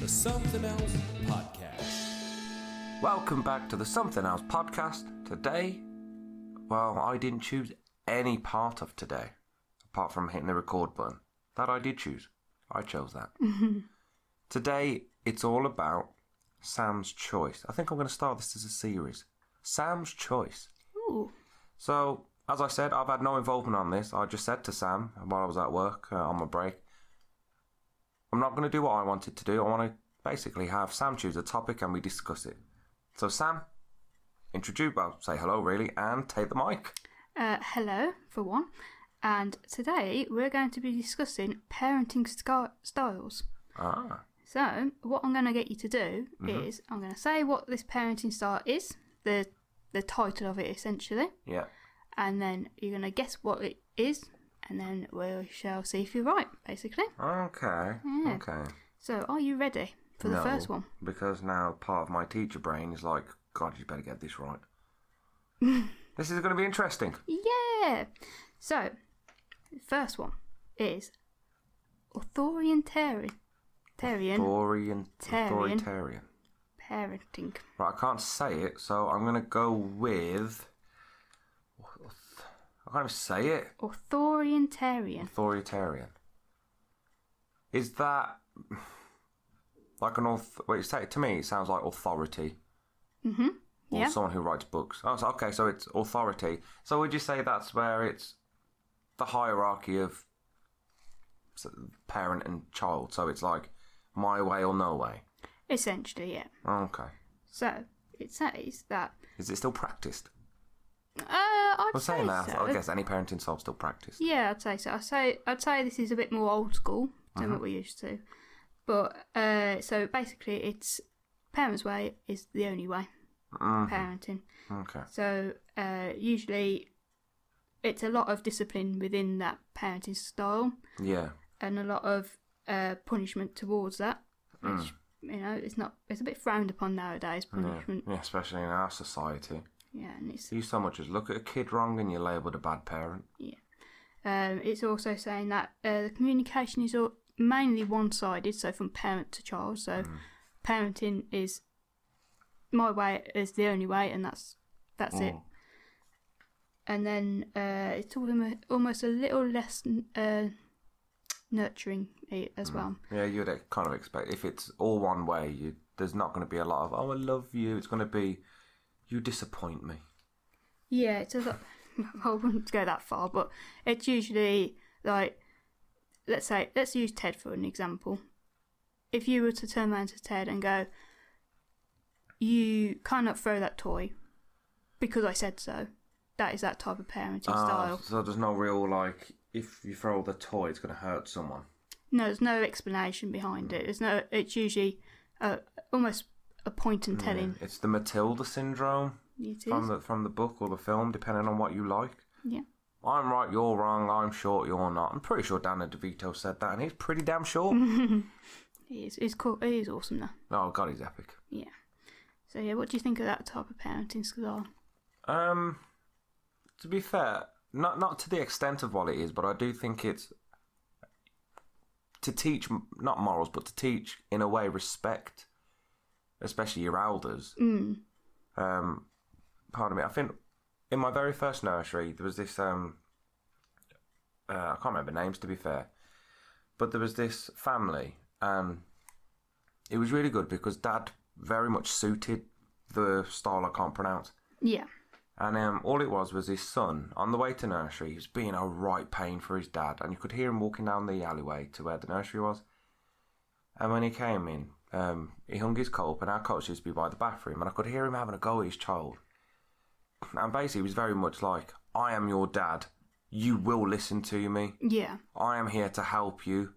the Something Else Podcast. Welcome back to the Something Else podcast. Today, well, I didn't choose any part of today, apart from hitting the record button. That I did choose. I chose that. today, it's all about Sam's Choice. I think I'm going to start this as a series. Sam's Choice. Ooh. So, as I said, I've had no involvement on this. I just said to Sam while I was at work uh, on my break, I'm not going to do what I wanted to do. I want to basically have Sam choose a topic and we discuss it. So, Sam, introduce, well, say hello really, and take the mic. Uh, hello, for one. And today we're going to be discussing parenting scar- styles. Ah, So, what I'm going to get you to do is I'm going to say what this parenting style is, the the title of it essentially, yeah. and then you're going to guess what it is, and then we shall see if you're right, basically. Okay. Yeah. Okay. So, are you ready for the No, first one? Because now part of my teacher brain is like, God, you better get this right. this is going to be interesting. Yeah. So, first one is authoritarian. Authoritarian Authoritarian. Tarian. Authoritarian. parenting. Right, I can't say it, so I'm going to go with. I can't even say it. Authoritarian. Authoritarian. Is that like an author? Wait, say it to me. It sounds like authority Mm-hmm. or Yeah. someone who writes books. Oh, so, okay, so it's authority. So would you say that's where it's the hierarchy of s- parent and child? So it's like my way or no way. Essentially, yeah. Okay. So it says that. Is it still practiced? Uh, I'd Well, say saying that, I so. th- I guess any parenting style's still practiced. Yeah, I'd say so. I'd say I'd say this is a bit more old school Uh-huh. than what we're used to. But uh, so basically, it's parents' way is the only way Mhm. parenting. Okay. So uh, usually, it's a lot of discipline within that parenting style. Yeah. and a lot of uh, punishment towards that, which you know it's not it's a bit frowned upon nowadays. Yeah. Punishment, yeah, especially in our society. yeah, and it's You so much as look at a kid wrong and you're labelled a bad parent. um, it's also saying that uh, the communication is all, mainly one-sided, so from parent to child. So parenting is my way is the only way, and that's that's it. And then uh, it's all almo- almost a little less uh, nurturing eh, as well. Yeah, you'd ex- kind of expect if it's all one way, you, there's not going to be a lot of "oh, I love you." It's going to be "you disappoint me." Yeah, it's a lot. I wouldn't go that far, but it's usually like, let's say, let's use Ted for an example. If you were to turn around to Ted and go, "You cannot throw that toy," because I said so. That is that type of parenting Ah, style. so there's no real like if you throw the toy, it's going to hurt someone. No, there's no explanation behind it. There's no. It's usually uh, almost a point and telling. It's the Matilda syndrome It from is. the from the book or the film, depending on what you like. Yeah. I'm right, you're wrong. I'm short, you're not. I'm pretty sure Danny DeVito said that, and he's pretty damn short. It is. It's cool. It is awesome though. oh God, he's epic. Yeah. So yeah, what do you think of that type of parenting style? Um, to be fair, not not to the extent of what it is, but I do think it's to teach m- not morals, but to teach in a way respect, especially your elders. Mm. Um, pardon me. I think in my very first nursery there was this um, uh, I can't remember names to be fair, but there was this family, and it was really good because dad very much suited the style I can't pronounce. Yeah. And um, all it was was his son on the way to nursery. He was being a right pain for his dad, and you could hear him walking down the alleyway to where the nursery was. And when he came in, um, he hung his coat up, and our coach used to be by the bathroom, and I could hear him having a go at his child. And basically, he was very much like, "I am your dad. You will listen to me. Yeah. I am here to help you."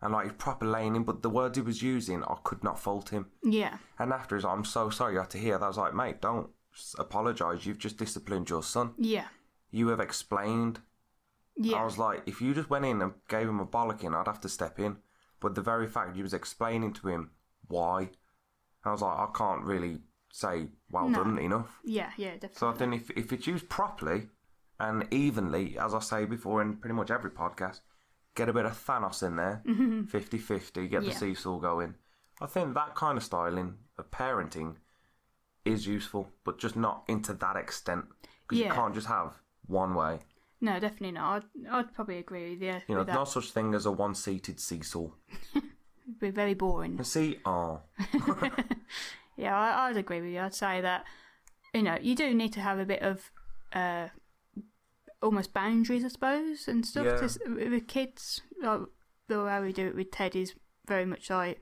And like he's proper laning, but the words he was using, I could not fault him. Yeah. And after his, I'm so sorry you had to hear that. I was like, mate, don't apologise. You've just disciplined your son. Yeah. You have explained. Yeah. I was like, if you just went in and gave him a bollocking, I'd have to step in. But the very fact you was explaining to him why, I was like, I can't really say well No. done enough. yeah. Yeah. Definitely. So I think if, if it's used properly and evenly, as I say before in pretty much every podcast, get a bit of Thanos in there, 50 50, get Mm-hmm. Yeah. the seesaw going. I think that kind of styling of parenting is useful, but just not into that extent because you Yeah. can't just have one way. No, definitely not. I'd, I'd probably agree with you. You know, with that. no such thing as a one-seated seesaw. It'd be very boring. A see, oh, Yeah, I, I'd agree with you. I'd say that you know you do need to have a bit of uh, almost boundaries, I suppose, and stuff Yeah. to, s- with kids. Like the way we do it with Ted is very much like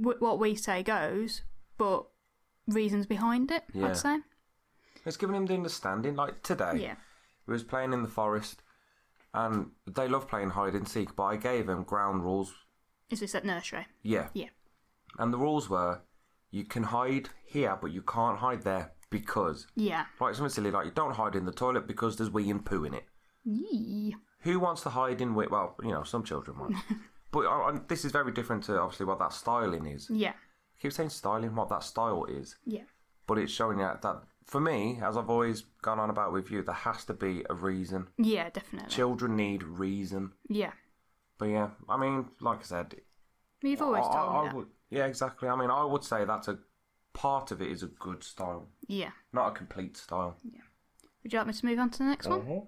w- what we say goes, but reasons behind it. Yeah. I'd say. it's giving him the understanding. Like today, Yeah. He was playing in the forest, and they love playing hide and seek. But I gave him ground rules. Is this at nursery? Yeah, Yeah. and the rules were: you can hide here, but you can't hide there because, Yeah. like something silly, like you don't hide in the toilet because there's wee and poo in it. Yee. Who wants to hide in wee? Well, you know, some children might. but I, I, this is very different to obviously what that styling is. Yeah. I keep saying styling, what that style is, Yeah. but it's showing you that for me, as I've always gone on about with you, there has to be a reason. Yeah. Definitely. Children need reason. Yeah. But yeah, I mean, like I said, You've always I, told I- me I that. would, yeah, exactly. I mean, I would say that's a part of it is a good style, Yeah. not a complete style. Would you like me to move on to the next Uh-huh. one?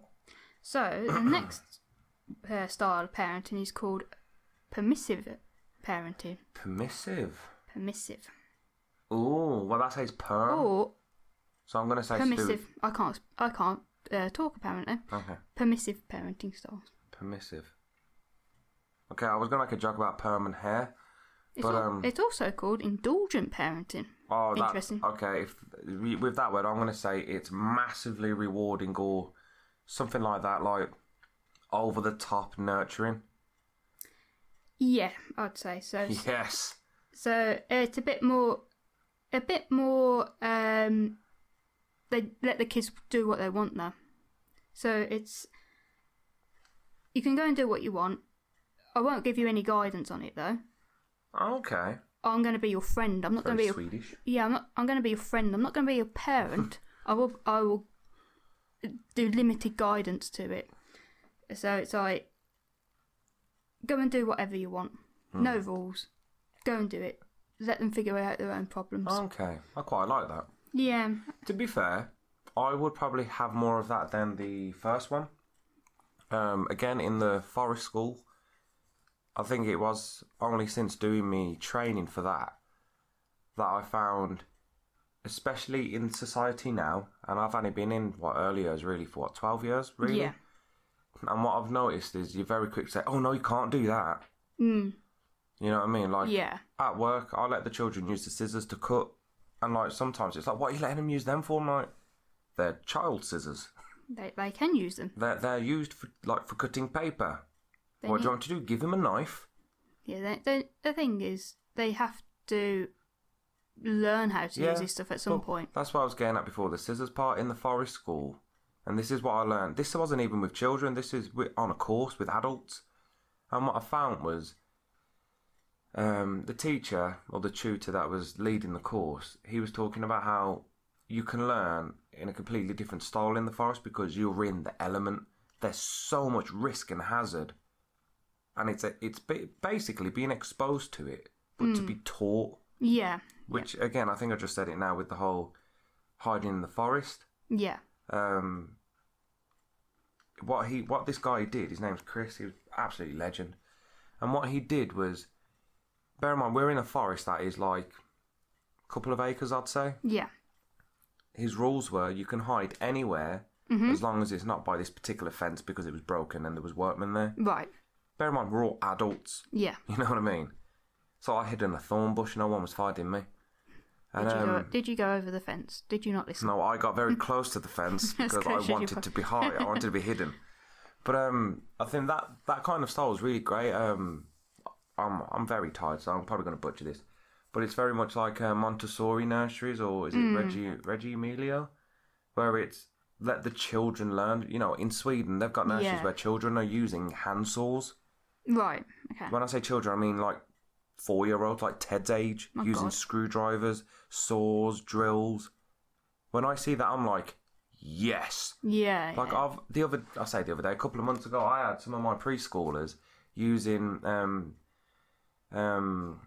So the next uh, style of parenting is called permissive parenting. Permissive. Permissive Oh, well, that says per. or So I'm going to say to do with- permissive. I can't. I can't uh, talk apparently. Okay, Permissive parenting styles. permissive. Okay, I was going to make a joke about perm and hair. It's, But, al- um, it's also called indulgent parenting. Oh, that, Interesting. Okay, if, with that word, I'm going to say it's massively rewarding or something like that, like over the top nurturing. Yeah, I'd say so. Yes. So uh, it's a bit more, a bit more. Um, they let the kids do what they want now. So it's you can go and do what you want. I won't give you any guidance on it though. Okay. I'm going to be your friend. I'm not going to be Very your Swedish. yeah. I'm not. I'm going to be your friend. I'm not going to be your parent. I will. I will do limited guidance to it. So it's like go and do whatever you want. No rules. Go and do it. Let them figure out their own problems. Okay, I quite like that. Yeah. To be fair, I would probably have more of that than the first one. Um, again, in the forest school, I think it was only since doing me training for that that I found, especially in society now, and I've only been in what early years really for what twelve years really. Yeah. And what I've noticed is you're very quick to say, "Oh no, you can't do that." Mm. You know what I mean? Like Yeah. at work, I let the children use the scissors to cut, and like sometimes it's like, what are you letting them use them for? I'm like, they're child scissors. They they can use them. They're they're used for like for cutting paper. They what do need- you want to do? Give them a knife. Yeah, they, they, the thing is, they have to learn how to use this stuff at some Well, point. That's what I was getting at before the scissors part in the forest school, and this is what I learned. This wasn't even with children. This is wi- on a course with adults, and what I found was. Um, the teacher or the tutor that was leading the course, he was talking about how you can learn in a completely different style in the forest because you're in the element. There's so much risk and hazard, and it's a, it's ba- basically being exposed to it, but to Hmm. be taught Yeah, which again, I think I just said it now with the whole hiding in the forest. yeah, Um, what he, what this guy did, his name's Chris. He was absolutely legend. And what he did was, bear in mind, we're in a forest that is like a couple of acres, I'd say. yeah, His rules were you can hide anywhere Mm-hmm. as long as it's not by this particular fence because it was broken and there was workmen there. right, Bear in mind, we're all adults. yeah. You know what I mean? So I hid in a thorn bush. No one was finding me. Did And, you, go, um, did you go over the fence? Did you not listen? No, I got very close to the fence That's because I closer than you wanted were. to be high. I wanted to be hidden. But um, I think that that kind of style is really great. Um, I'm I'm very tired, so I'm probably going to butcher this. But it's very much like uh, Montessori nurseries, or is it Mm. Reggie Reggie Emilio, where it's let the children learn. You know, in Sweden they've got nurseries Yeah. where children are using hand saws. Right, okay. When I say children, I mean like four year olds, like Ted's age, Oh My using God. screwdrivers, saws, drills. When I see that, I'm like, yes. yeah, Like yeah. I've the other, I say the other day, a couple of months ago, I had some of my preschoolers using um um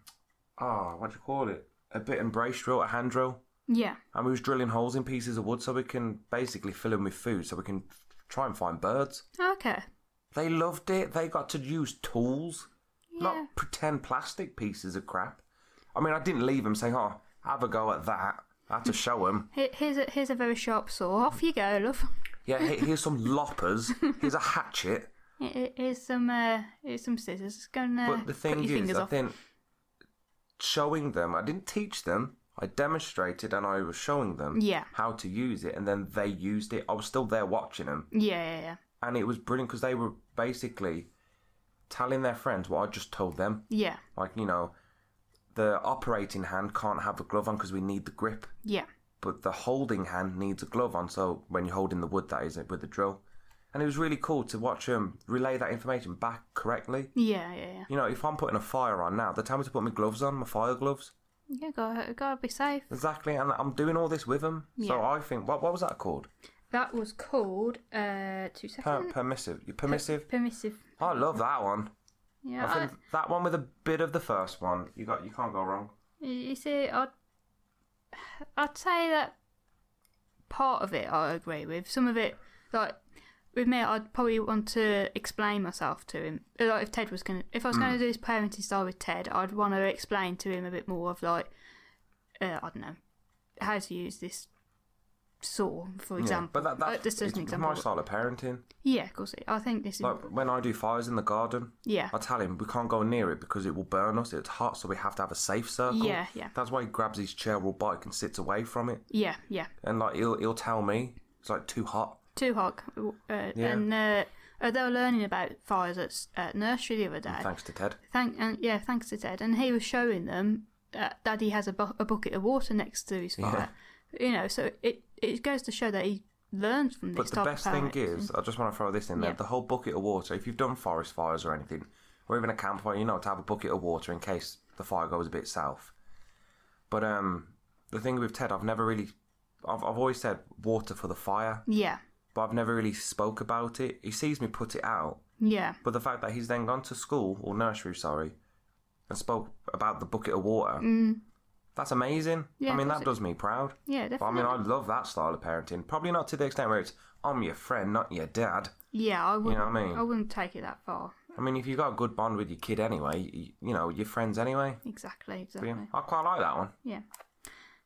oh, what do you call it? A bit and brace drill, a hand drill. Yeah. And we was drilling holes in pieces of wood so we can basically fill them with food so we can try and find birds. Okay. They loved it. They got to use tools, Yeah. not pretend plastic pieces of crap. I mean, I didn't leave them saying, oh, have a go at that. I had to show them. Here- Here's a, here's a very sharp saw. Off you go, love. Yeah, he- here's some loppers. Here's a hatchet. Here- here- Here's some uh, here's some scissors. It's gonna But the cut thing uh, your is, fingers I off. think showing them, I didn't teach them. I demonstrated and I was showing them Yeah. how to use it, and then they used it. I was still there watching them, Yeah, yeah, yeah. and it was brilliant because they were basically telling their friends what I just told them. Yeah, Like, you know, the operating hand can't have a glove on because we need the grip, yeah. but the holding hand needs a glove on. So when you're holding the wood, that is it with the drill. And it was really cool to watch them relay that information back correctly. Yeah, yeah, yeah. You know, if I'm putting a fire on now, they tell me to put my gloves on, my fire gloves. Yeah, gotta, gotta be safe. Exactly, and I'm doing all this with them. So Yeah. I think, what, what was that called? That was called uh, two seconds. Per- permissive. You're permissive? Permissive. I love that one. Yeah, I I think that one with a bit of the first one, you got, you can't go wrong. you see, I'd, I'd say that part of it I agree with. Some of it, like with me, I'd probably want to explain myself to him. Like if Ted was gonna, if I was gonna do this parenting style with Ted, I'd want to explain to him a bit more of like, uh, I don't know, how to use this saw, for Yeah, example. but that, Uh, that's just as it's an my example. style of parenting. Yeah, of course. I think this is. Like when I do fires in the garden, yeah. I tell him we can't go near it because it will burn us. It's hot, so we have to have a safe circle. Yeah, yeah. That's why he grabs his chair or bike and sits away from it. Yeah, yeah. And like he'll he'll tell me it's like too hot. Two hog. Uh, And uh, uh, they were learning about fires at, s- at nursery the other day. Thanks to Ted. Thank, and yeah, thanks to Ted. And he was showing them that Daddy has a, bu- a bucket of water next to his fire. You know, so it it goes to show that he learns from this But the type best of thing parenting. is, I just want to throw this in there: Yeah. the whole bucket of water. If you've done forest fires or anything, or even a campfire, you know to have a bucket of water in case the fire goes a bit south. But um, the thing with Ted, I've never really, I've, I've always said water for the fire, Yeah, but I've never really spoke about it. He sees me put it out, yeah, but the fact that he's then gone to school or nursery, sorry, and spoke about the bucket of water, that's amazing. Mm. Yeah, I of mean, course that it- does me proud. yeah, But I definitely. mean, I love that style of parenting. Probably not to the extent where it's I'm your friend, not your dad. yeah, I wouldn't. what I mean? wouldn't take it that far. I mean, if you've got a good bond with your kid anyway, you, you know, your friends anyway. Exactly, But exactly. yeah, I quite like that one. Yeah.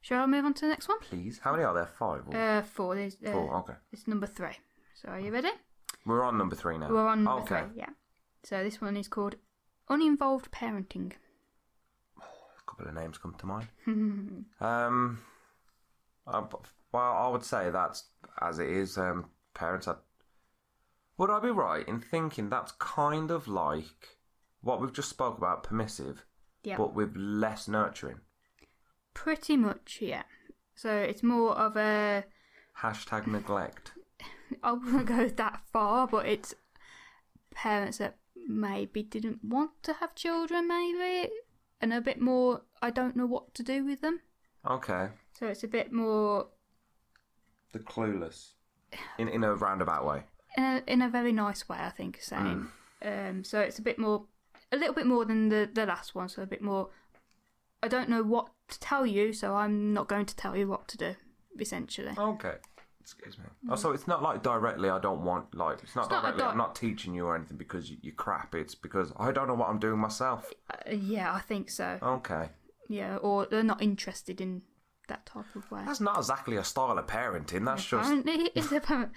Shall I move on to the next one? Please. How many are there? Five? Or Uh, four. There's, uh, four? Okay. It's number three. So are you ready? We're on number three now. We're on number okay. three, yeah. So this one is called Uninvolved Parenting. A couple of names come to mind. um, I, well, I would say that's as it is. Um, parents are. Would I be right in thinking that's kind of like what we've just spoke about, permissive, Yeah. but with less nurturing? Pretty much, yeah. So it's more of a. Hashtag neglect. I wouldn't go that far, but it's parents that maybe didn't want to have children, maybe, and a bit more, I don't know what to do with them. Okay. So it's a bit more, The clueless. In in a roundabout way. in a, in a very nice way, I think, saying. Mm. Um, so it's a bit more, a little bit more than the, the last one, so a bit more, I don't know what to tell you, so I'm not going to tell you what to do, essentially. Okay. Excuse me. Oh, so it's not like directly. I don't want like it's not Mm. It's not a directly. di- I'm not teaching you or anything because you, you crap. It's because I don't know what I'm doing myself. Uh, yeah, I think so. Okay. Yeah, or they're not interested in that type of way. That's not exactly a style of parenting. That's just. Apparently, it's a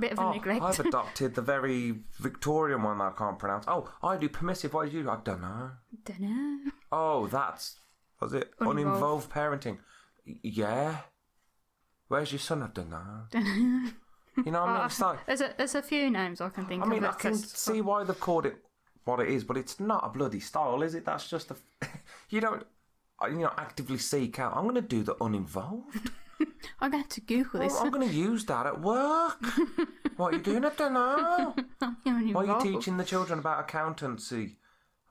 bit of a Oh, neglect. I've adopted the very Victorian one that I can't pronounce. Oh, I do permissive. What do you? do? I don't know. Don't know. Oh, that's was it uninvolved, Uninvolved. parenting? Y- Yeah. Where's your son? I don't know. you know, I'm not it's like Uh, There's a there's a few names I can Oh, think I of. mean, I that's- can that's- see why they've called it what it is, but it's not a bloody style, is it? That's just a. you don't, uh, you know, actively seek out. I'm going to do the uninvolved. I'm going to Google I'm, this. I'm going to use that at work. what are you doing? I don't know. Why are you teaching the children about accountancy?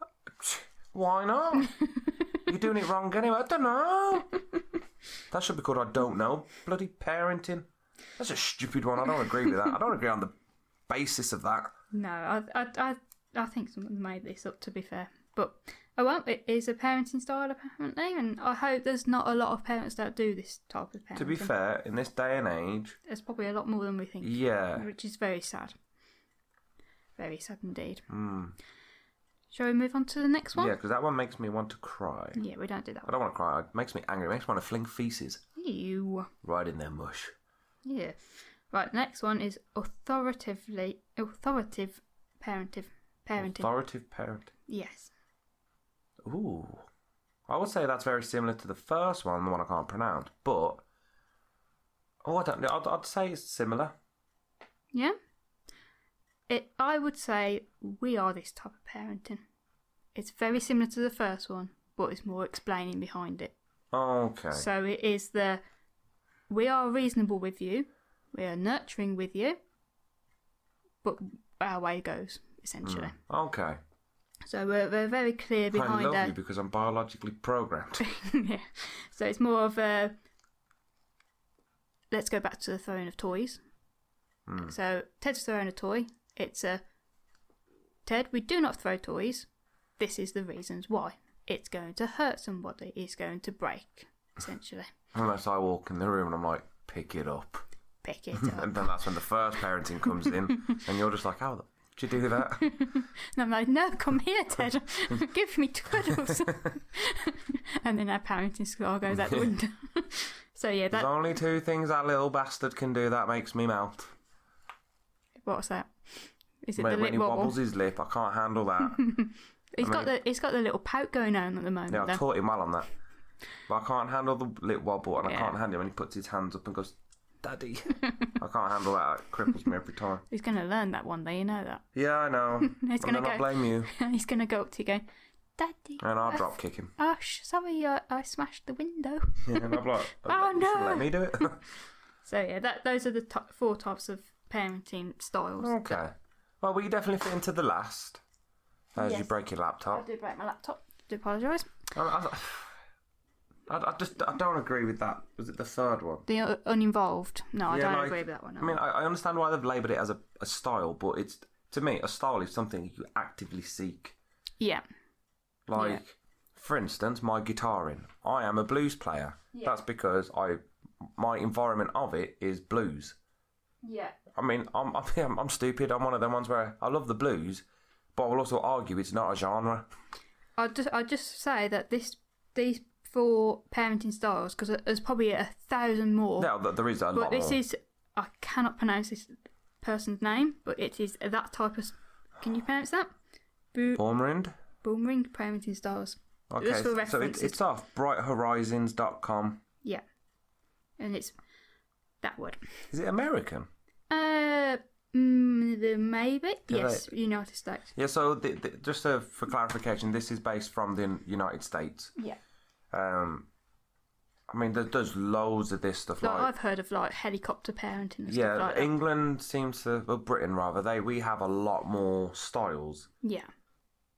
Why not? You're doing it wrong anyway. I don't know. That should be called I don't know. Bloody parenting. That's a stupid one. I don't agree with that. I don't agree on the basis of that. No, I, I I I think someone made this up. To be fair, but Oh well, it is a parenting style apparently, and I hope there's not a lot of parents that do this type of parenting. To be fair, in this day and age, there's probably a lot more than we think. yeah. which is very sad. Very sad indeed. Mm. Shall we move on to the next one? Yeah, because that one makes me want to cry. Yeah, we don't do that. I don't want to cry. It makes me angry. It makes me want to fling feces You. right in their mush. Yeah. Right. Next one is authoritatively authoritative parenting. Parenting. Authoritative parent. yes. Ooh. I would say that's very similar to the first one, the one I can't pronounce, but. Oh, I don't know. I'd, I'd say it's similar. Yeah. It. I would say we are this type of parenting. It's very similar to the first one, but it's more explaining behind it. Okay. So it is the we are reasonable with you, we are nurturing with you, but our way goes essentially. Hmm. okay. So we're, we're very clear Hmm. I behind love our you because I'm biologically programmed. yeah. So it's more of a let's go back to the throne of toys. Hmm. So Ted's throwing a toy. It's a Ted, we do not throw toys. This is the reasons why. It's going to hurt somebody. It's going to break, essentially. Unless I walk in the room and I'm like, pick it up. Pick it up. And then that's when the first parenting comes in, and you're just like, how the did you do that? And I'm like, no, come here, Ted. Give me cuddles. and then our parenting style goes out the window. so yeah, There's that only two things that little bastard can do that makes me melt. what's that? Is it the When, when lip he wobble? wobbles his lip, I can't handle that. He's got the he's got the little pout going on at the moment. yeah, I though. taught him well on that. But I can't handle the lip wobble, and I Yeah. can't handle it when he puts his hands up and goes, Daddy. I can't handle that. It cripples me every time. He's going to learn that one day. You know that. Yeah, I know. He's and gonna then I go- blame you, he's going to go up to you going, Daddy. and I'll uh, drop kick him. Oh, sh- sorry, I, I smashed the window. Yeah, and I'm like, Oh, you shouldn't no. Let me do it. So yeah, that those are the t- four types of parenting styles. okay. Well, we definitely fit into the last. As you Yes. break your I laptop. do break my laptop. Do apologise. I, I, I- I just I don't agree with that. Was it the third one? The uh, uninvolved. No, I Yeah, don't like- agree with that one. I mean, I, I understand why they've labelled it as a, a style, but it's to me a style is something you actively seek. yeah. Like, for instance, my guitaring. I am a blues player. That's because I my environment of it is blues. Yeah. I mean, I'm, I'm I'm stupid. I'm one of them ones where I love the blues, but I will also argue it's not a genre. I'll just I'll just say that this these four parenting styles because there's probably a thousand more. No, th- there is a but lot. this more. is I cannot pronounce this person's name, but it is that type of. s- Can you pronounce that? Bo- Bormrind. boomerang parenting styles. Okay, Just for so reference, it, it's off brighthorizons.com. Yeah, and it's that word. Is it American? Uh, mm, the- maybe yes, they- United States. Yeah. So the, the, just uh, for clarification, this is based from the United States. Yeah, Um, I mean, there, there's loads of this stuff. like, Like, I've heard of like helicopter parenting and yeah, stuff like that. England seems to, well, Britain rather. They we have a lot more styles, Yeah,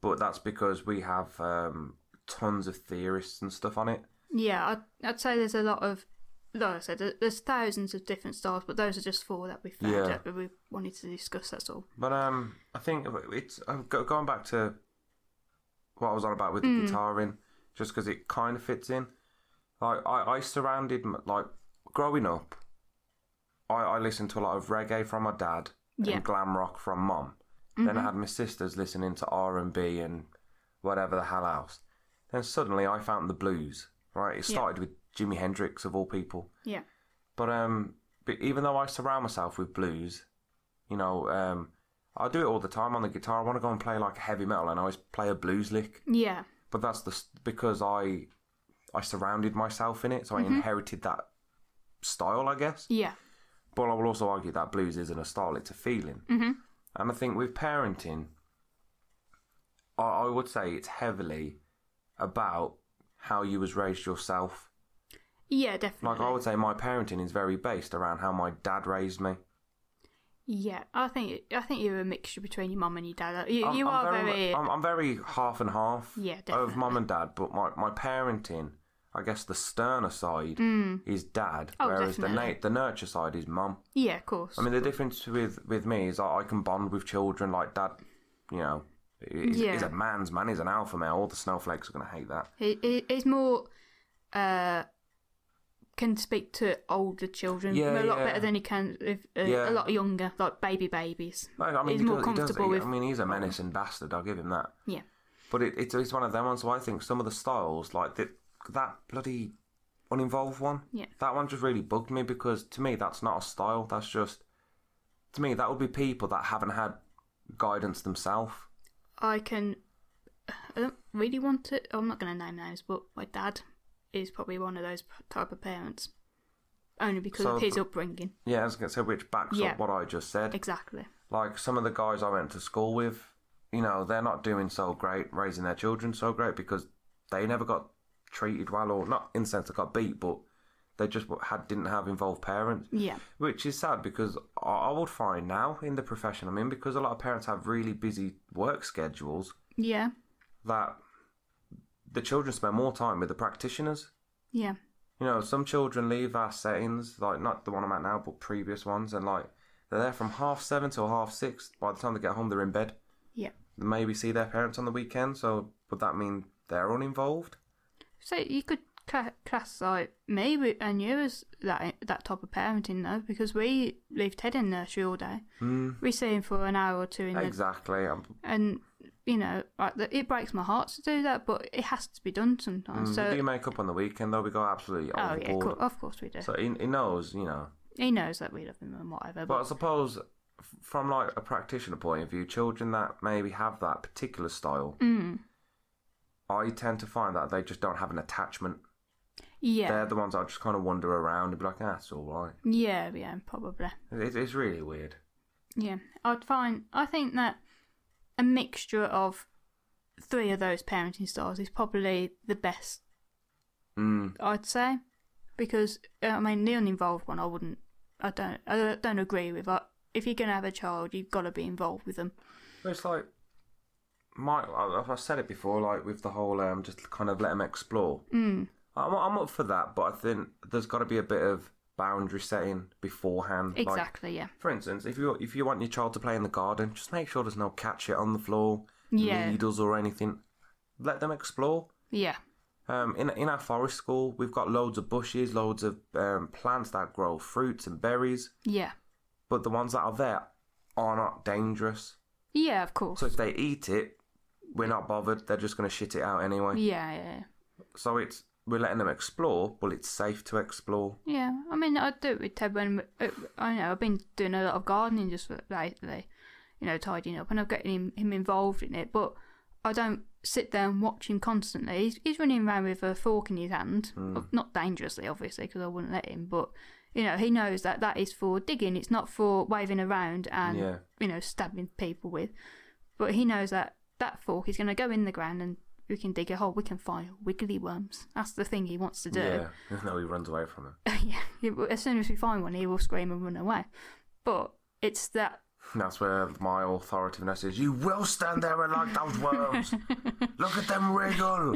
but that's because we have um, tons of theorists and stuff on it. yeah. I'd, I'd say there's a lot of. Like I said, there- there's thousands of different styles, but those are just four that we found Yeah. out that we wanted to discuss. That's all. But um, I think it's uh, go- going back to what I was on about with the Mm. guitaring, just because it kind of fits in. Like I, I surrounded m- like growing up, I, I listened to a lot of reggae from my dad Yeah. Mm-hmm. and glam rock from mom. Then I had my sisters listening to R and B and whatever the hell else. Then suddenly I found the blues. Right, it Yeah. started with Jimi Hendrix of all people. Yeah, But um, but even though I surround myself with blues, you know, um, I do it all the time on the guitar. I want to go and play like heavy metal, and I always play a blues lick. yeah, But that's the s- because I I surrounded myself in it, so I inherited that style, I guess. yeah. But I will also argue that blues isn't a style; it's a feeling. Mm-hmm. And I think with parenting, I, I would say it's heavily about how you was raised yourself. Yeah, Like definitely. I would say, my parenting is very based around how my dad raised me. Yeah, I think I think you're a mixture between your mum and your dad. Like, You, I'm, you I'm are very, very, I'm, I'm very half and half Yeah, of definitely. mum and dad, but my, my parenting, I guess the sterner side is dad, Mm. Oh, whereas the na- definitely. the nurture side is mum. yeah, of course. I mean, the difference with with me is I, I can bond with children like dad, you know, He's, he's Yeah. a man's man. He's an alpha male. All the snowflakes are going to hate that. He, he, he's more uh, can speak to older children Yeah, a lot yeah. better than he can if uh, Yeah. a lot younger, like baby babies. No, I mean, He's he more does, he does, comfortable with- Oh. I mean, he's a menacing bastard. I'll give him that. Yeah, But it, it's, it's one of them ones. So I think some of the styles, like the, that bloody uninvolved one, Yeah. that one just really bugged me because to me that's not a style. That's just to me that would be people that haven't had guidance themselves. I can. I don't really want to. I'm not going to name names, but my dad is probably one of those type of parents, only because of So- his upbringing. Yeah, I was gonna say which backs Yeah. up what I just said. Exactly. like some of the guys I went to school with, you know, they're not doing so great, raising their children so great because they never got treated well, or not in the sense they got beat, but they just had didn't have involved parents, Yeah. which is sad because I, I would find now in the profession I'm in because a lot of parents have really busy work schedules Yeah. that the children spend more time with the practitioners. Yeah. You know, some children leave our settings, like not the one I'm at now, but previous ones, and like they're there from half seven till half six. By the time they get home, they're in bed Yeah. maybe see their parents on the weekend. So would that mean they're uninvolved? So you could cla- class like me wi- and you as that that type of parenting though, because we leave Ted in nursery all day. Mm. We see him for an hour or two in the Exactly. Um, and you know like, the- it breaks my heart to do that, but it has to be done sometimes. Mm, we Oh, so hmm. do make up on the weekend though. We go absolutely oh overboard. yeah, cool. of course we do. So he, he knows, you know. he knows that we love him and whatever. But I But, suppose f- from like a practitioner point of view, children that maybe have that particular style, Mm. I tend to find that they just don't have an attachment. yeah, They're the ones that just kind of wander around and be like, ah, it's all right. yeah, yeah, probably. It, it's really weird. Yeah, I'd find I think that a mixture of three of those parenting styles is probably the best Mm. I'd say, because uh, I mean the uninvolved one I wouldn't. I don't. I don't agree with. I, if you're gonna have a child, you've got to be involved with them. It's like my I, I said it before, like with the whole um, just kind of let them explore. Mm. I'm, I'm up for that, but I think there's got to be a bit of boundary setting beforehand. Like, Exactly. yeah. for instance, if you if you want your child to play in the garden, just make sure there's no cat shit on the floor, Yeah. needles or anything. Let them explore. Yeah. Um, in in our forest school, we've got loads of bushes, loads of um, plants that grow fruits and berries, Yeah. but the ones that are there are not dangerous. Yeah. Of course. So if they eat it, we're not bothered. They're just going to shit it out anyway. yeah. Yeah. So it's we're letting them explore, but it's safe to explore. Yeah. I mean, I do it with Ted when uh, I know I've been doing a lot of gardening just lately, you know, tidying up, and I'm getting him, him involved in it, but I don't sit there and watch him constantly. He's, he's running around with a fork in his hand, Hmm. not dangerously, obviously, because I wouldn't let him, but. You know, he knows that that is for digging. It's not for waving around and Yeah. you know stabbing people with. But he knows that that fork is going to go in the ground and we can dig a hole. We can find wiggly worms. That's the thing he wants to do. Yeah, no, he runs away from it. yeah, he will- as soon as we find one, he will scream and run away. But it's that. That's where my authoritiveness is. You will stand there and like those worms. Look at them wriggle.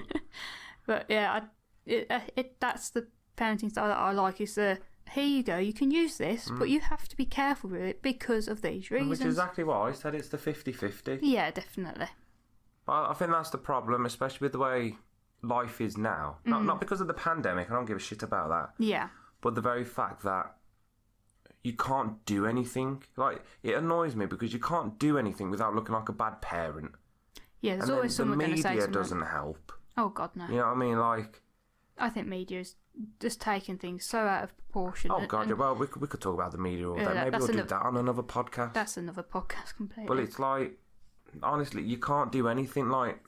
But yeah, I, it, uh, it that's the parenting style that I like. Is the here you go, you can use this, but you have to be careful with it because of these reasons. Mm. Which is exactly what I said. It's the 50-50. yeah, definitely. I I think that's the problem, especially with the way life is now. Mm-hmm. Not not because of the pandemic. I don't give a shit about that. Yeah, but the very fact that you can't do anything like it annoys me because you can't do anything without looking like a bad parent yeah. There's and always then the someone going to say media something. doesn't help Oh God, no. you know what i mean like I think media's just taking things so out of proportion. oh and- god and yeah, well we could, we could talk about the media all Yeah, day that- maybe that's we'll do another- that on another podcast that's another podcast completely. but it's like honestly you can't do anything like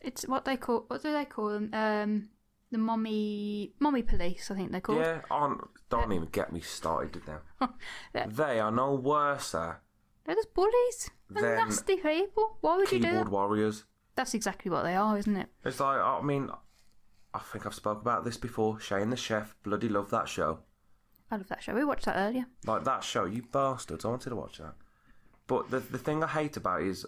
It's what they call what do they call them? Um, the mommy mommy police, I think they're called. yeah on Uh, don't even get me started with them They're, they are no uh, worser they're just bullies. They're Then- nasty people. Why would you do keyboard that? warriors That's exactly what they are, isn't it? it's like i mean i think i've spoke about this before shane the chef bloody love that show I love that show. We watched that earlier. Like that show, you bastards! I wanted to watch that. But the the thing I hate about it is,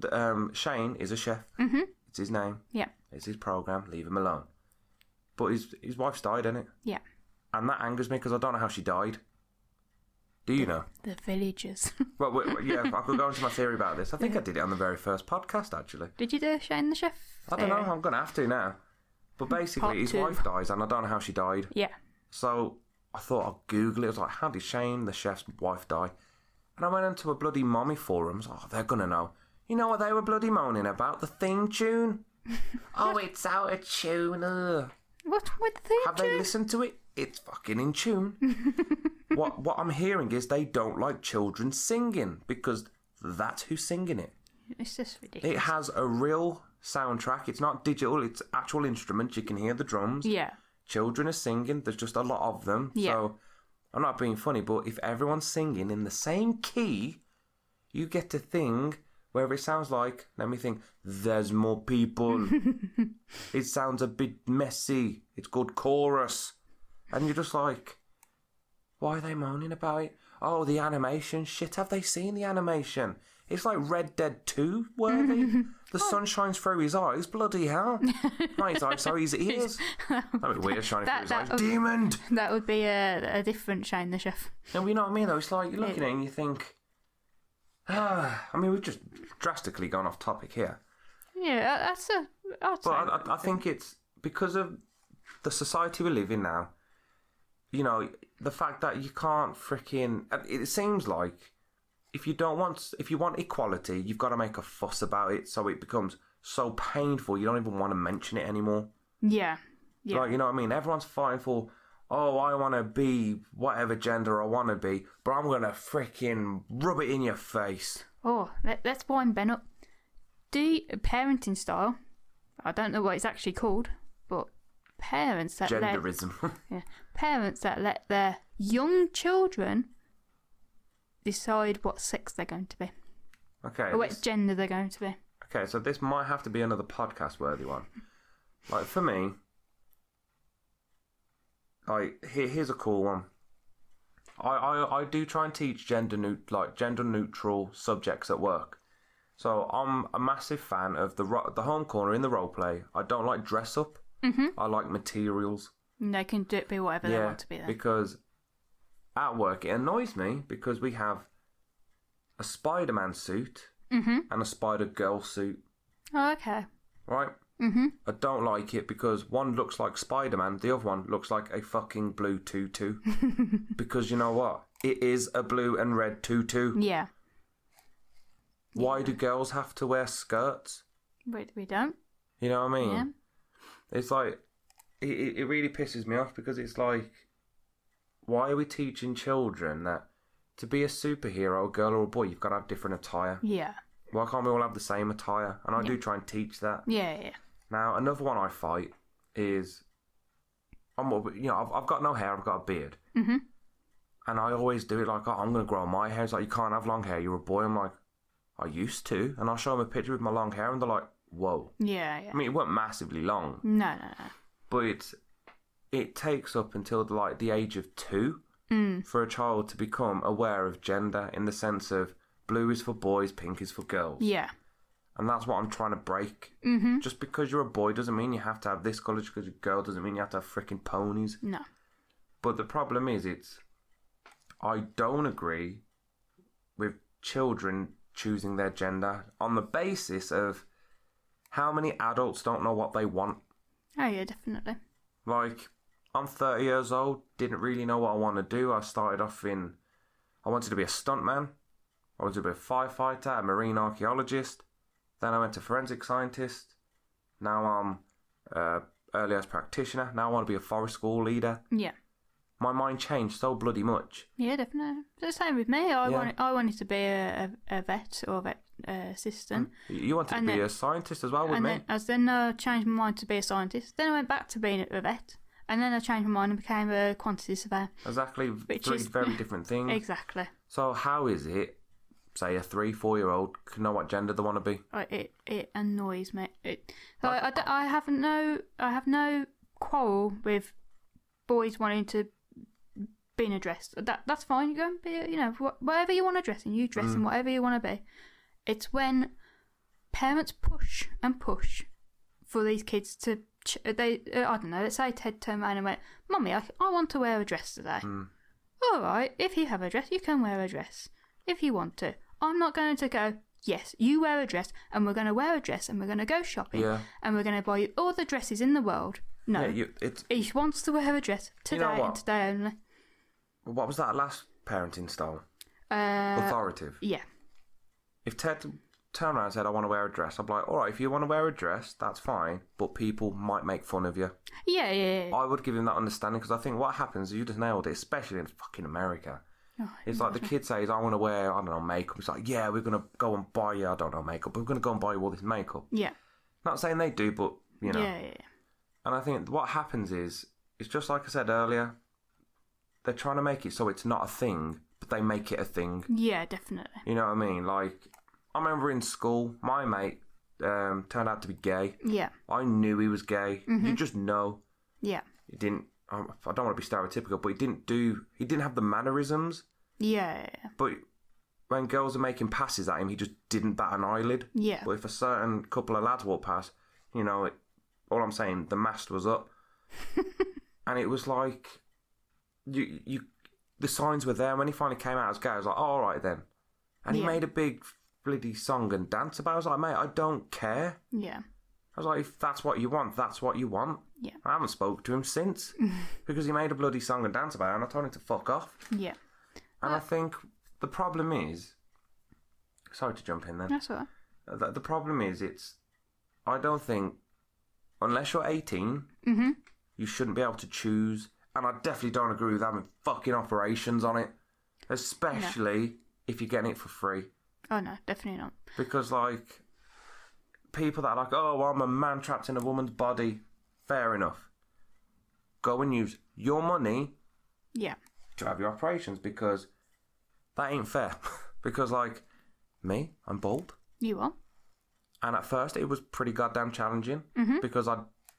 th- um, Shane is a chef. Mm-hmm. It's his name. Yeah, It's his program. Leave him alone. But his his wife's died, is it? yeah, And that angers me because I don't know how she died. Do you know? The villagers. Well, w- w- yeah, I could go into my theory about this. I think I did it on the very first podcast, actually. Did you do Shane the Chef? I don't know. theory? I'm going to have to now. But Part basically, his two. wife dies, and I don't know how she died. Yeah. So I thought I'd Google it. I was like, how did Shane, the chef's wife, die? And I went into a bloody mommy forums. Oh, they're going to know. You know what they were bloody moaning about? The theme tune. oh, it's out of tune. ugh. What with the theme Have they tune? listened to it? It's fucking in tune. what what I'm hearing is they don't like children singing because that's who's singing it. It's just ridiculous. It has a real soundtrack. It's not digital. It's actual instruments. You can hear the drums. Yeah. Children are singing. There's just a lot of them. Yeah. So I'm not being funny, but if everyone's singing in the same key, you get a thing where it sounds like. Let me think. There's more people. it sounds a bit messy. It's called chorus, and you're just like, why are they moaning about it? Oh, the animation shit. Have they seen the animation? It's like Red Dead 2 worthy. the sun shines through his eyes. Bloody hell. Not his eyes, sorry, his ears. That'd be weird, shining That- through his that- eyes. Demon! That would be a, a different Shane the Chef. No, but you know what I mean, though? It's like you're looking at it and you think, ah. I mean, we've just drastically gone off topic here. Yeah, that- that's a. I'd But say- I, I, I think it's because of the society we live in now. You know, the fact that you can't freaking. It seems like if you don't want, if you want equality, you've got to make a fuss about it, so it becomes so painful you don't even want to mention it anymore. yeah. Yeah. Like, you know what I mean? Everyone's fighting for, oh, I want to be whatever gender I want to be, but I'm going to freaking rub it in your face. Oh, let, let's wind Ben up. Do parenting style. I don't know what it's actually called, but parents that let Genderism. yeah, parents that let their young children decide what sex they're going to be, okay. or what this- gender they're going to be. Okay, so this might have to be another podcast worthy one. Like, for me, like, here, here's a cool one. I, I, I do try and teach gender neut- like gender neutral subjects at work. So I'm a massive fan of the ro- the home corner in the role play. I don't like dress up. I like materials. And Mm-hmm. they can do it be whatever they yeah, want to be. Then. because at work it annoys me because we have a Spider-Man suit mm-hmm. and a Spider-Girl suit, Oh, okay. right? Mm-hmm. I don't like it because one looks like Spider Man, the other one looks like a fucking blue tutu. because you know what? It is a blue and red tutu. Yeah. Why do girls have to wear skirts? We, we don't. You know what I mean? Yeah. It's like, it- it, it really pisses me off because it's like, why are we teaching children that to be a superhero, a girl or a boy, you've got to have different attire? Yeah. Why can't we all have the same attire? And I do try and teach that. Yeah. Yeah. Now, another one I fight is I'm all- you know I've, I've got no hair, I've got a beard, Mm-hmm. and I always do it like oh, I'm going to grow my hair. It's like you can't have long hair. You're a boy. I'm like I used to, and I'll show them a picture with my long hair, and they're like, whoa. Yeah. Yeah. I mean, it weren't massively long, No. No. No. but it's it takes up until like the age of two Mm. for a child to become aware of gender in the sense of blue is for boys, pink is for girls, Yeah. and that's what I'm trying to break. Mm-hmm. Just because you're a boy doesn't mean you have to have this colour. Just because you're a girl doesn't mean you have to have freaking ponies. No. But the problem is, it's I don't agree with children choosing their gender on the basis of how many adults don't know what they want. Oh yeah, definitely. Like, I'm 30 years old, didn't really know what I want to do. I started off in, I wanted to be a stuntman, I wanted to be a firefighter, a marine archaeologist. Then I went to forensic scientist. Now I'm uh, early as practitioner. Now I want to be a forest school leader. Yeah. My mind changed so bloody much. Yeah, definitely. It's the same with me. Yeah. I wanted, I wanted to be a, a, a vet or a vet uh, assistant, You wanted to And be then- a scientist as well with and me. then as then I changed my mind to be a scientist. Then I went back to being a vet, and then I changed my mind and became a quantity surveyor. exactly, Which three is- very different things. Exactly. so how is it, say a three, four-year-old can know what gender they want to be? I- It it annoys me. It so I, I, don't- I have no I have no quarrel with boys wanting to be in a dress. That that's fine. You go and be you know wh- whatever you want to dress in. You dress Mm. in whatever you want to be. It's when parents push and push for these kids to Mm. ch- they uh, I don't know. Let's say Ted turned around and went, "Mummy, I, I want to wear a dress today." all right, if you have a dress, you can wear a dress if you want to. I'm not going to go, yes, you wear a dress, and we're going to wear a dress, and we're going to go shopping, Yeah. and we're going to buy you all the dresses in the world. No. Yeah, you, it's, he wants to wear a dress You today know and what? today only. what was that last parenting style? Uh, Authoritative. yeah. If Ted turned around and said, I want to wear a dress, I'd be like, all right, if you want to wear a dress, that's fine, but people might make fun of you. Yeah, yeah, yeah. I would give him that understanding because I think what happens, you just nailed it, especially in fucking America. Oh, It's like the kid says, I want to wear, I don't know, makeup. It's like, yeah, we're going to go and buy you, I don't know, makeup, but we're going to go and buy you all this makeup. yeah. Not saying they do, but, you know. Yeah, yeah, yeah. And I think what happens is, it's just like I said earlier, they're trying to make it so it's not a thing, but they make it a thing. Yeah, definitely. You know what I mean? Like, I remember in school, my mate um, turned out to be gay. Yeah, I knew he was gay. You just know. yeah, He didn't. um, I don't want to be stereotypical, but he didn't do. He didn't have the mannerisms. yeah, yeah, But when girls are making passes at him, he just didn't bat an eyelid. yeah. But if a certain couple of lads walked past, you know, it, all I'm saying, the mast was up, and it was like, you, you, the signs were there. And when he finally came out as gay, I was like, oh, all right then, and he Yeah. made a big bloody song and dance about. it. I was like, mate, I don't care. yeah, I was like, if that's what you want, that's what you want. Yeah. I haven't spoke to him since because he made a bloody song and dance about it, and I told him to fuck off. yeah. And I think the problem is, sorry to jump in there. That's all right. The, the problem is, it's. I don't think, unless you're 18, Mm-hmm. you shouldn't be able to choose. And I definitely don't agree with having fucking operations on it, especially if you're getting it for free. Oh, no, definitely not. Because, like, people that are like, oh, well, I'm a man trapped in a woman's body, fair enough. Go and use your money Yeah, to have your operations because that ain't fair. because, like, me, I'm bald. you are. And at first, it was pretty goddamn challenging Mm-hmm. because I,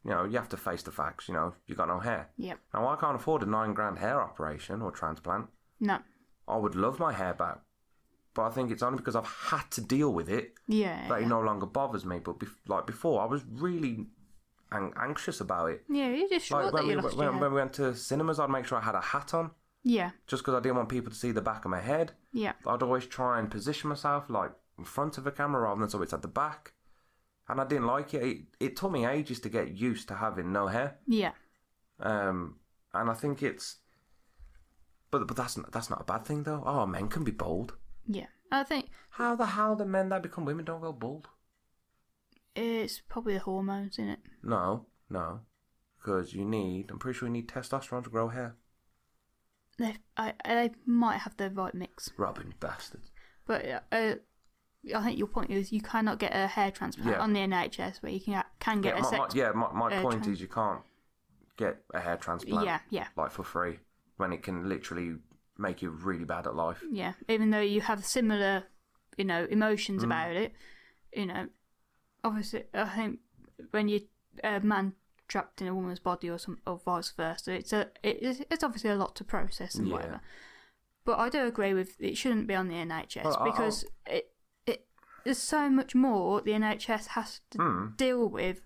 you know, you have to face the facts. You know, you got no hair. Yeah. Now I can't afford a nine grand hair operation or transplant. No. I would love my hair back, but I think it's only because I've had to deal with it Yeah. that it yeah. no longer bothers me. But bef- like before, I was really an- anxious about it. Yeah, you just Like thought when that we, you lost your when, head. when we went to cinemas, I'd make sure I had a hat on Yeah, just because I didn't want people to see the back of my head. yeah, I'd always try and position myself like in front of a camera rather than so it's at the back. And I didn't like it. It, it took me ages to get used to having no hair. yeah. Um, and I think it's, but but that's not, that's not a bad thing though. Oh, men can be bald. Yeah, I think How the hell do men that become women don't go bald? it's probably the hormones in it. No, no, because you need. I'm pretty sure you need testosterone to grow hair. They, I, they might have the right mix, Robin bastards. but uh, uh, I think your point is you cannot get a hair transplant Yeah. on the NHS, but you can can get yeah, a my, my, sex. yeah, my, my uh, point tran- is you can't get a hair transplant. Yeah, yeah. Like for free, when it can literally make you really bad at life. yeah, even though you have similar, you know, Mm. emotions about it, you know, obviously, I think when you a man trapped in a woman's body or some or vice versa, it's a it is, it's obviously a lot to process and Yeah. whatever. But I do agree with it shouldn't be on the NHS Well, I- I'll- because it it there's so much more the NHS has to Hmm. deal with.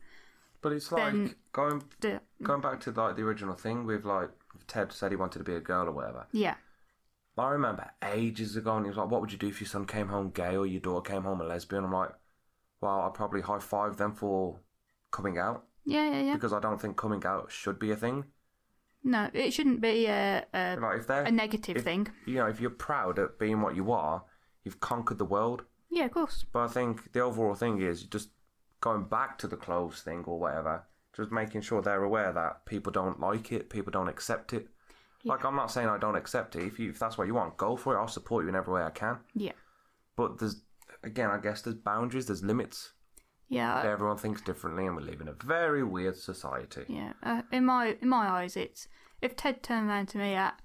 But it's like Then- going The, going back to like the original thing with like Ted said he wanted to be a girl or whatever. yeah, I remember ages ago, and he was like, "What would you do if your son came home gay or your daughter came home a lesbian?" I'm like, "Well, I'd probably high five them for coming out yeah, yeah, yeah. because I don't think coming out should be a thing. No, it shouldn't be a a, Like if they're a negative if- thing. you know, if you're proud at being what you are, you've conquered the world. Yeah, of course. But I think the overall thing is just going back to the clothes thing or whatever, just making sure they're aware that people don't like it, people don't accept it. Like I'm not saying I don't accept it. If you if that's what you want, go for it. I'll support you in every way I can. Yeah, But there's again, I guess there's boundaries, there's limits. yeah. I- Everyone thinks differently, and we live in a very weird society. Yeah, uh, in my in my eyes, it's if Ted turned around to me at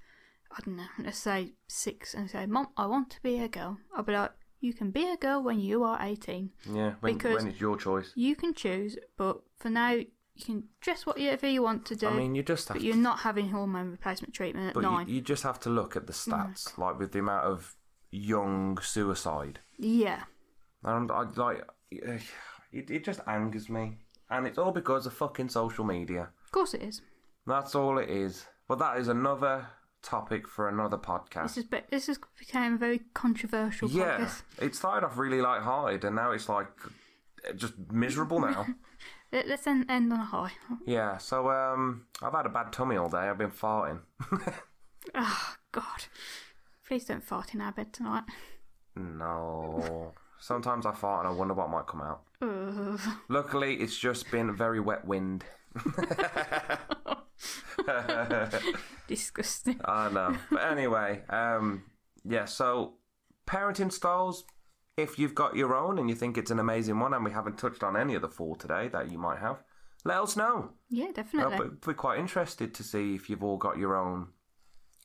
I don't know, let's say six, and said, "Mom, I want to be a girl," I'll be like, "You can be a girl when you are eighteen. Yeah, when, Because- when it's your choice. You can choose, but for now, you can dress whatever you want to do. I mean, you just have but to you're not having hormone replacement treatment at But nine. Mm. you, you just have to look at the stats, like with the amount of young suicide. yeah, And I like, it, it just angers me, and it's all because of fucking social media. of course it is. That's all it is. But that is another topic for another podcast. This is but this has became a very controversial yeah, podcast. it started off really light-hearted, and now it's like uh, just miserable now. Let, let's end, end on a high. yeah. So um, I've had a bad tummy all day. I've been farting. Oh God! Please don't fart in our bed tonight. no. Sometimes I fart and I wonder what might come out. Ugh. Luckily, it's just been very wet wind. Disgusting. I know. But anyway, um, yeah, so parenting styles, if you've got your own and you think it's an amazing one and we haven't touched on any of the four today that you might have, let us know. Yeah, Uh, definitely. but we're quite interested to see if you've all got your own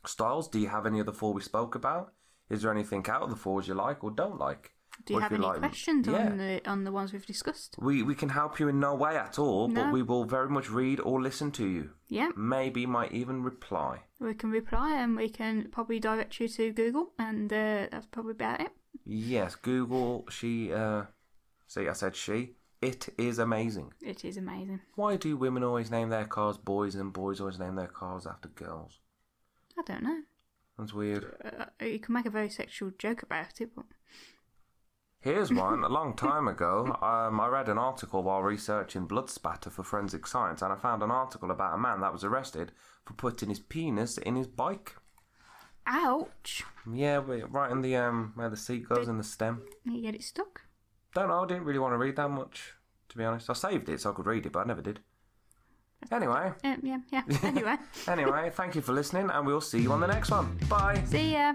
styles. Do you have any of the four we spoke about? Is there anything out of the fours you like or don't like? Do you Or if have any like- questions yeah. on the on the ones we've discussed? We, we can help you in no way at all, but No. we will very much read or listen to you. Yeah, Maybe might even reply. we can reply and we can probably direct you to Google, and uh, that's probably about it. Yes, Google. She. Uh, see, I said she. It is amazing. It is amazing. Why do women always name their cars boys and boys always name their cars after girls? I don't know. That's weird. Uh, you can make a very sexual joke about it, but Here's one. A long time ago, um, I read an article while researching blood spatter for forensic science, and I found an article about a man that was arrested for putting his penis in his bike. ouch! Yeah, we- right in the um, where the seat goes in the stem. You get it stuck. Don't know. I didn't really want to read that much, to be honest. I saved it so I could read it, but I never did. Anyway. Um, yeah, yeah. Anyway, Anyway, thank you for listening, and we'll see you on the next one. Bye. see ya.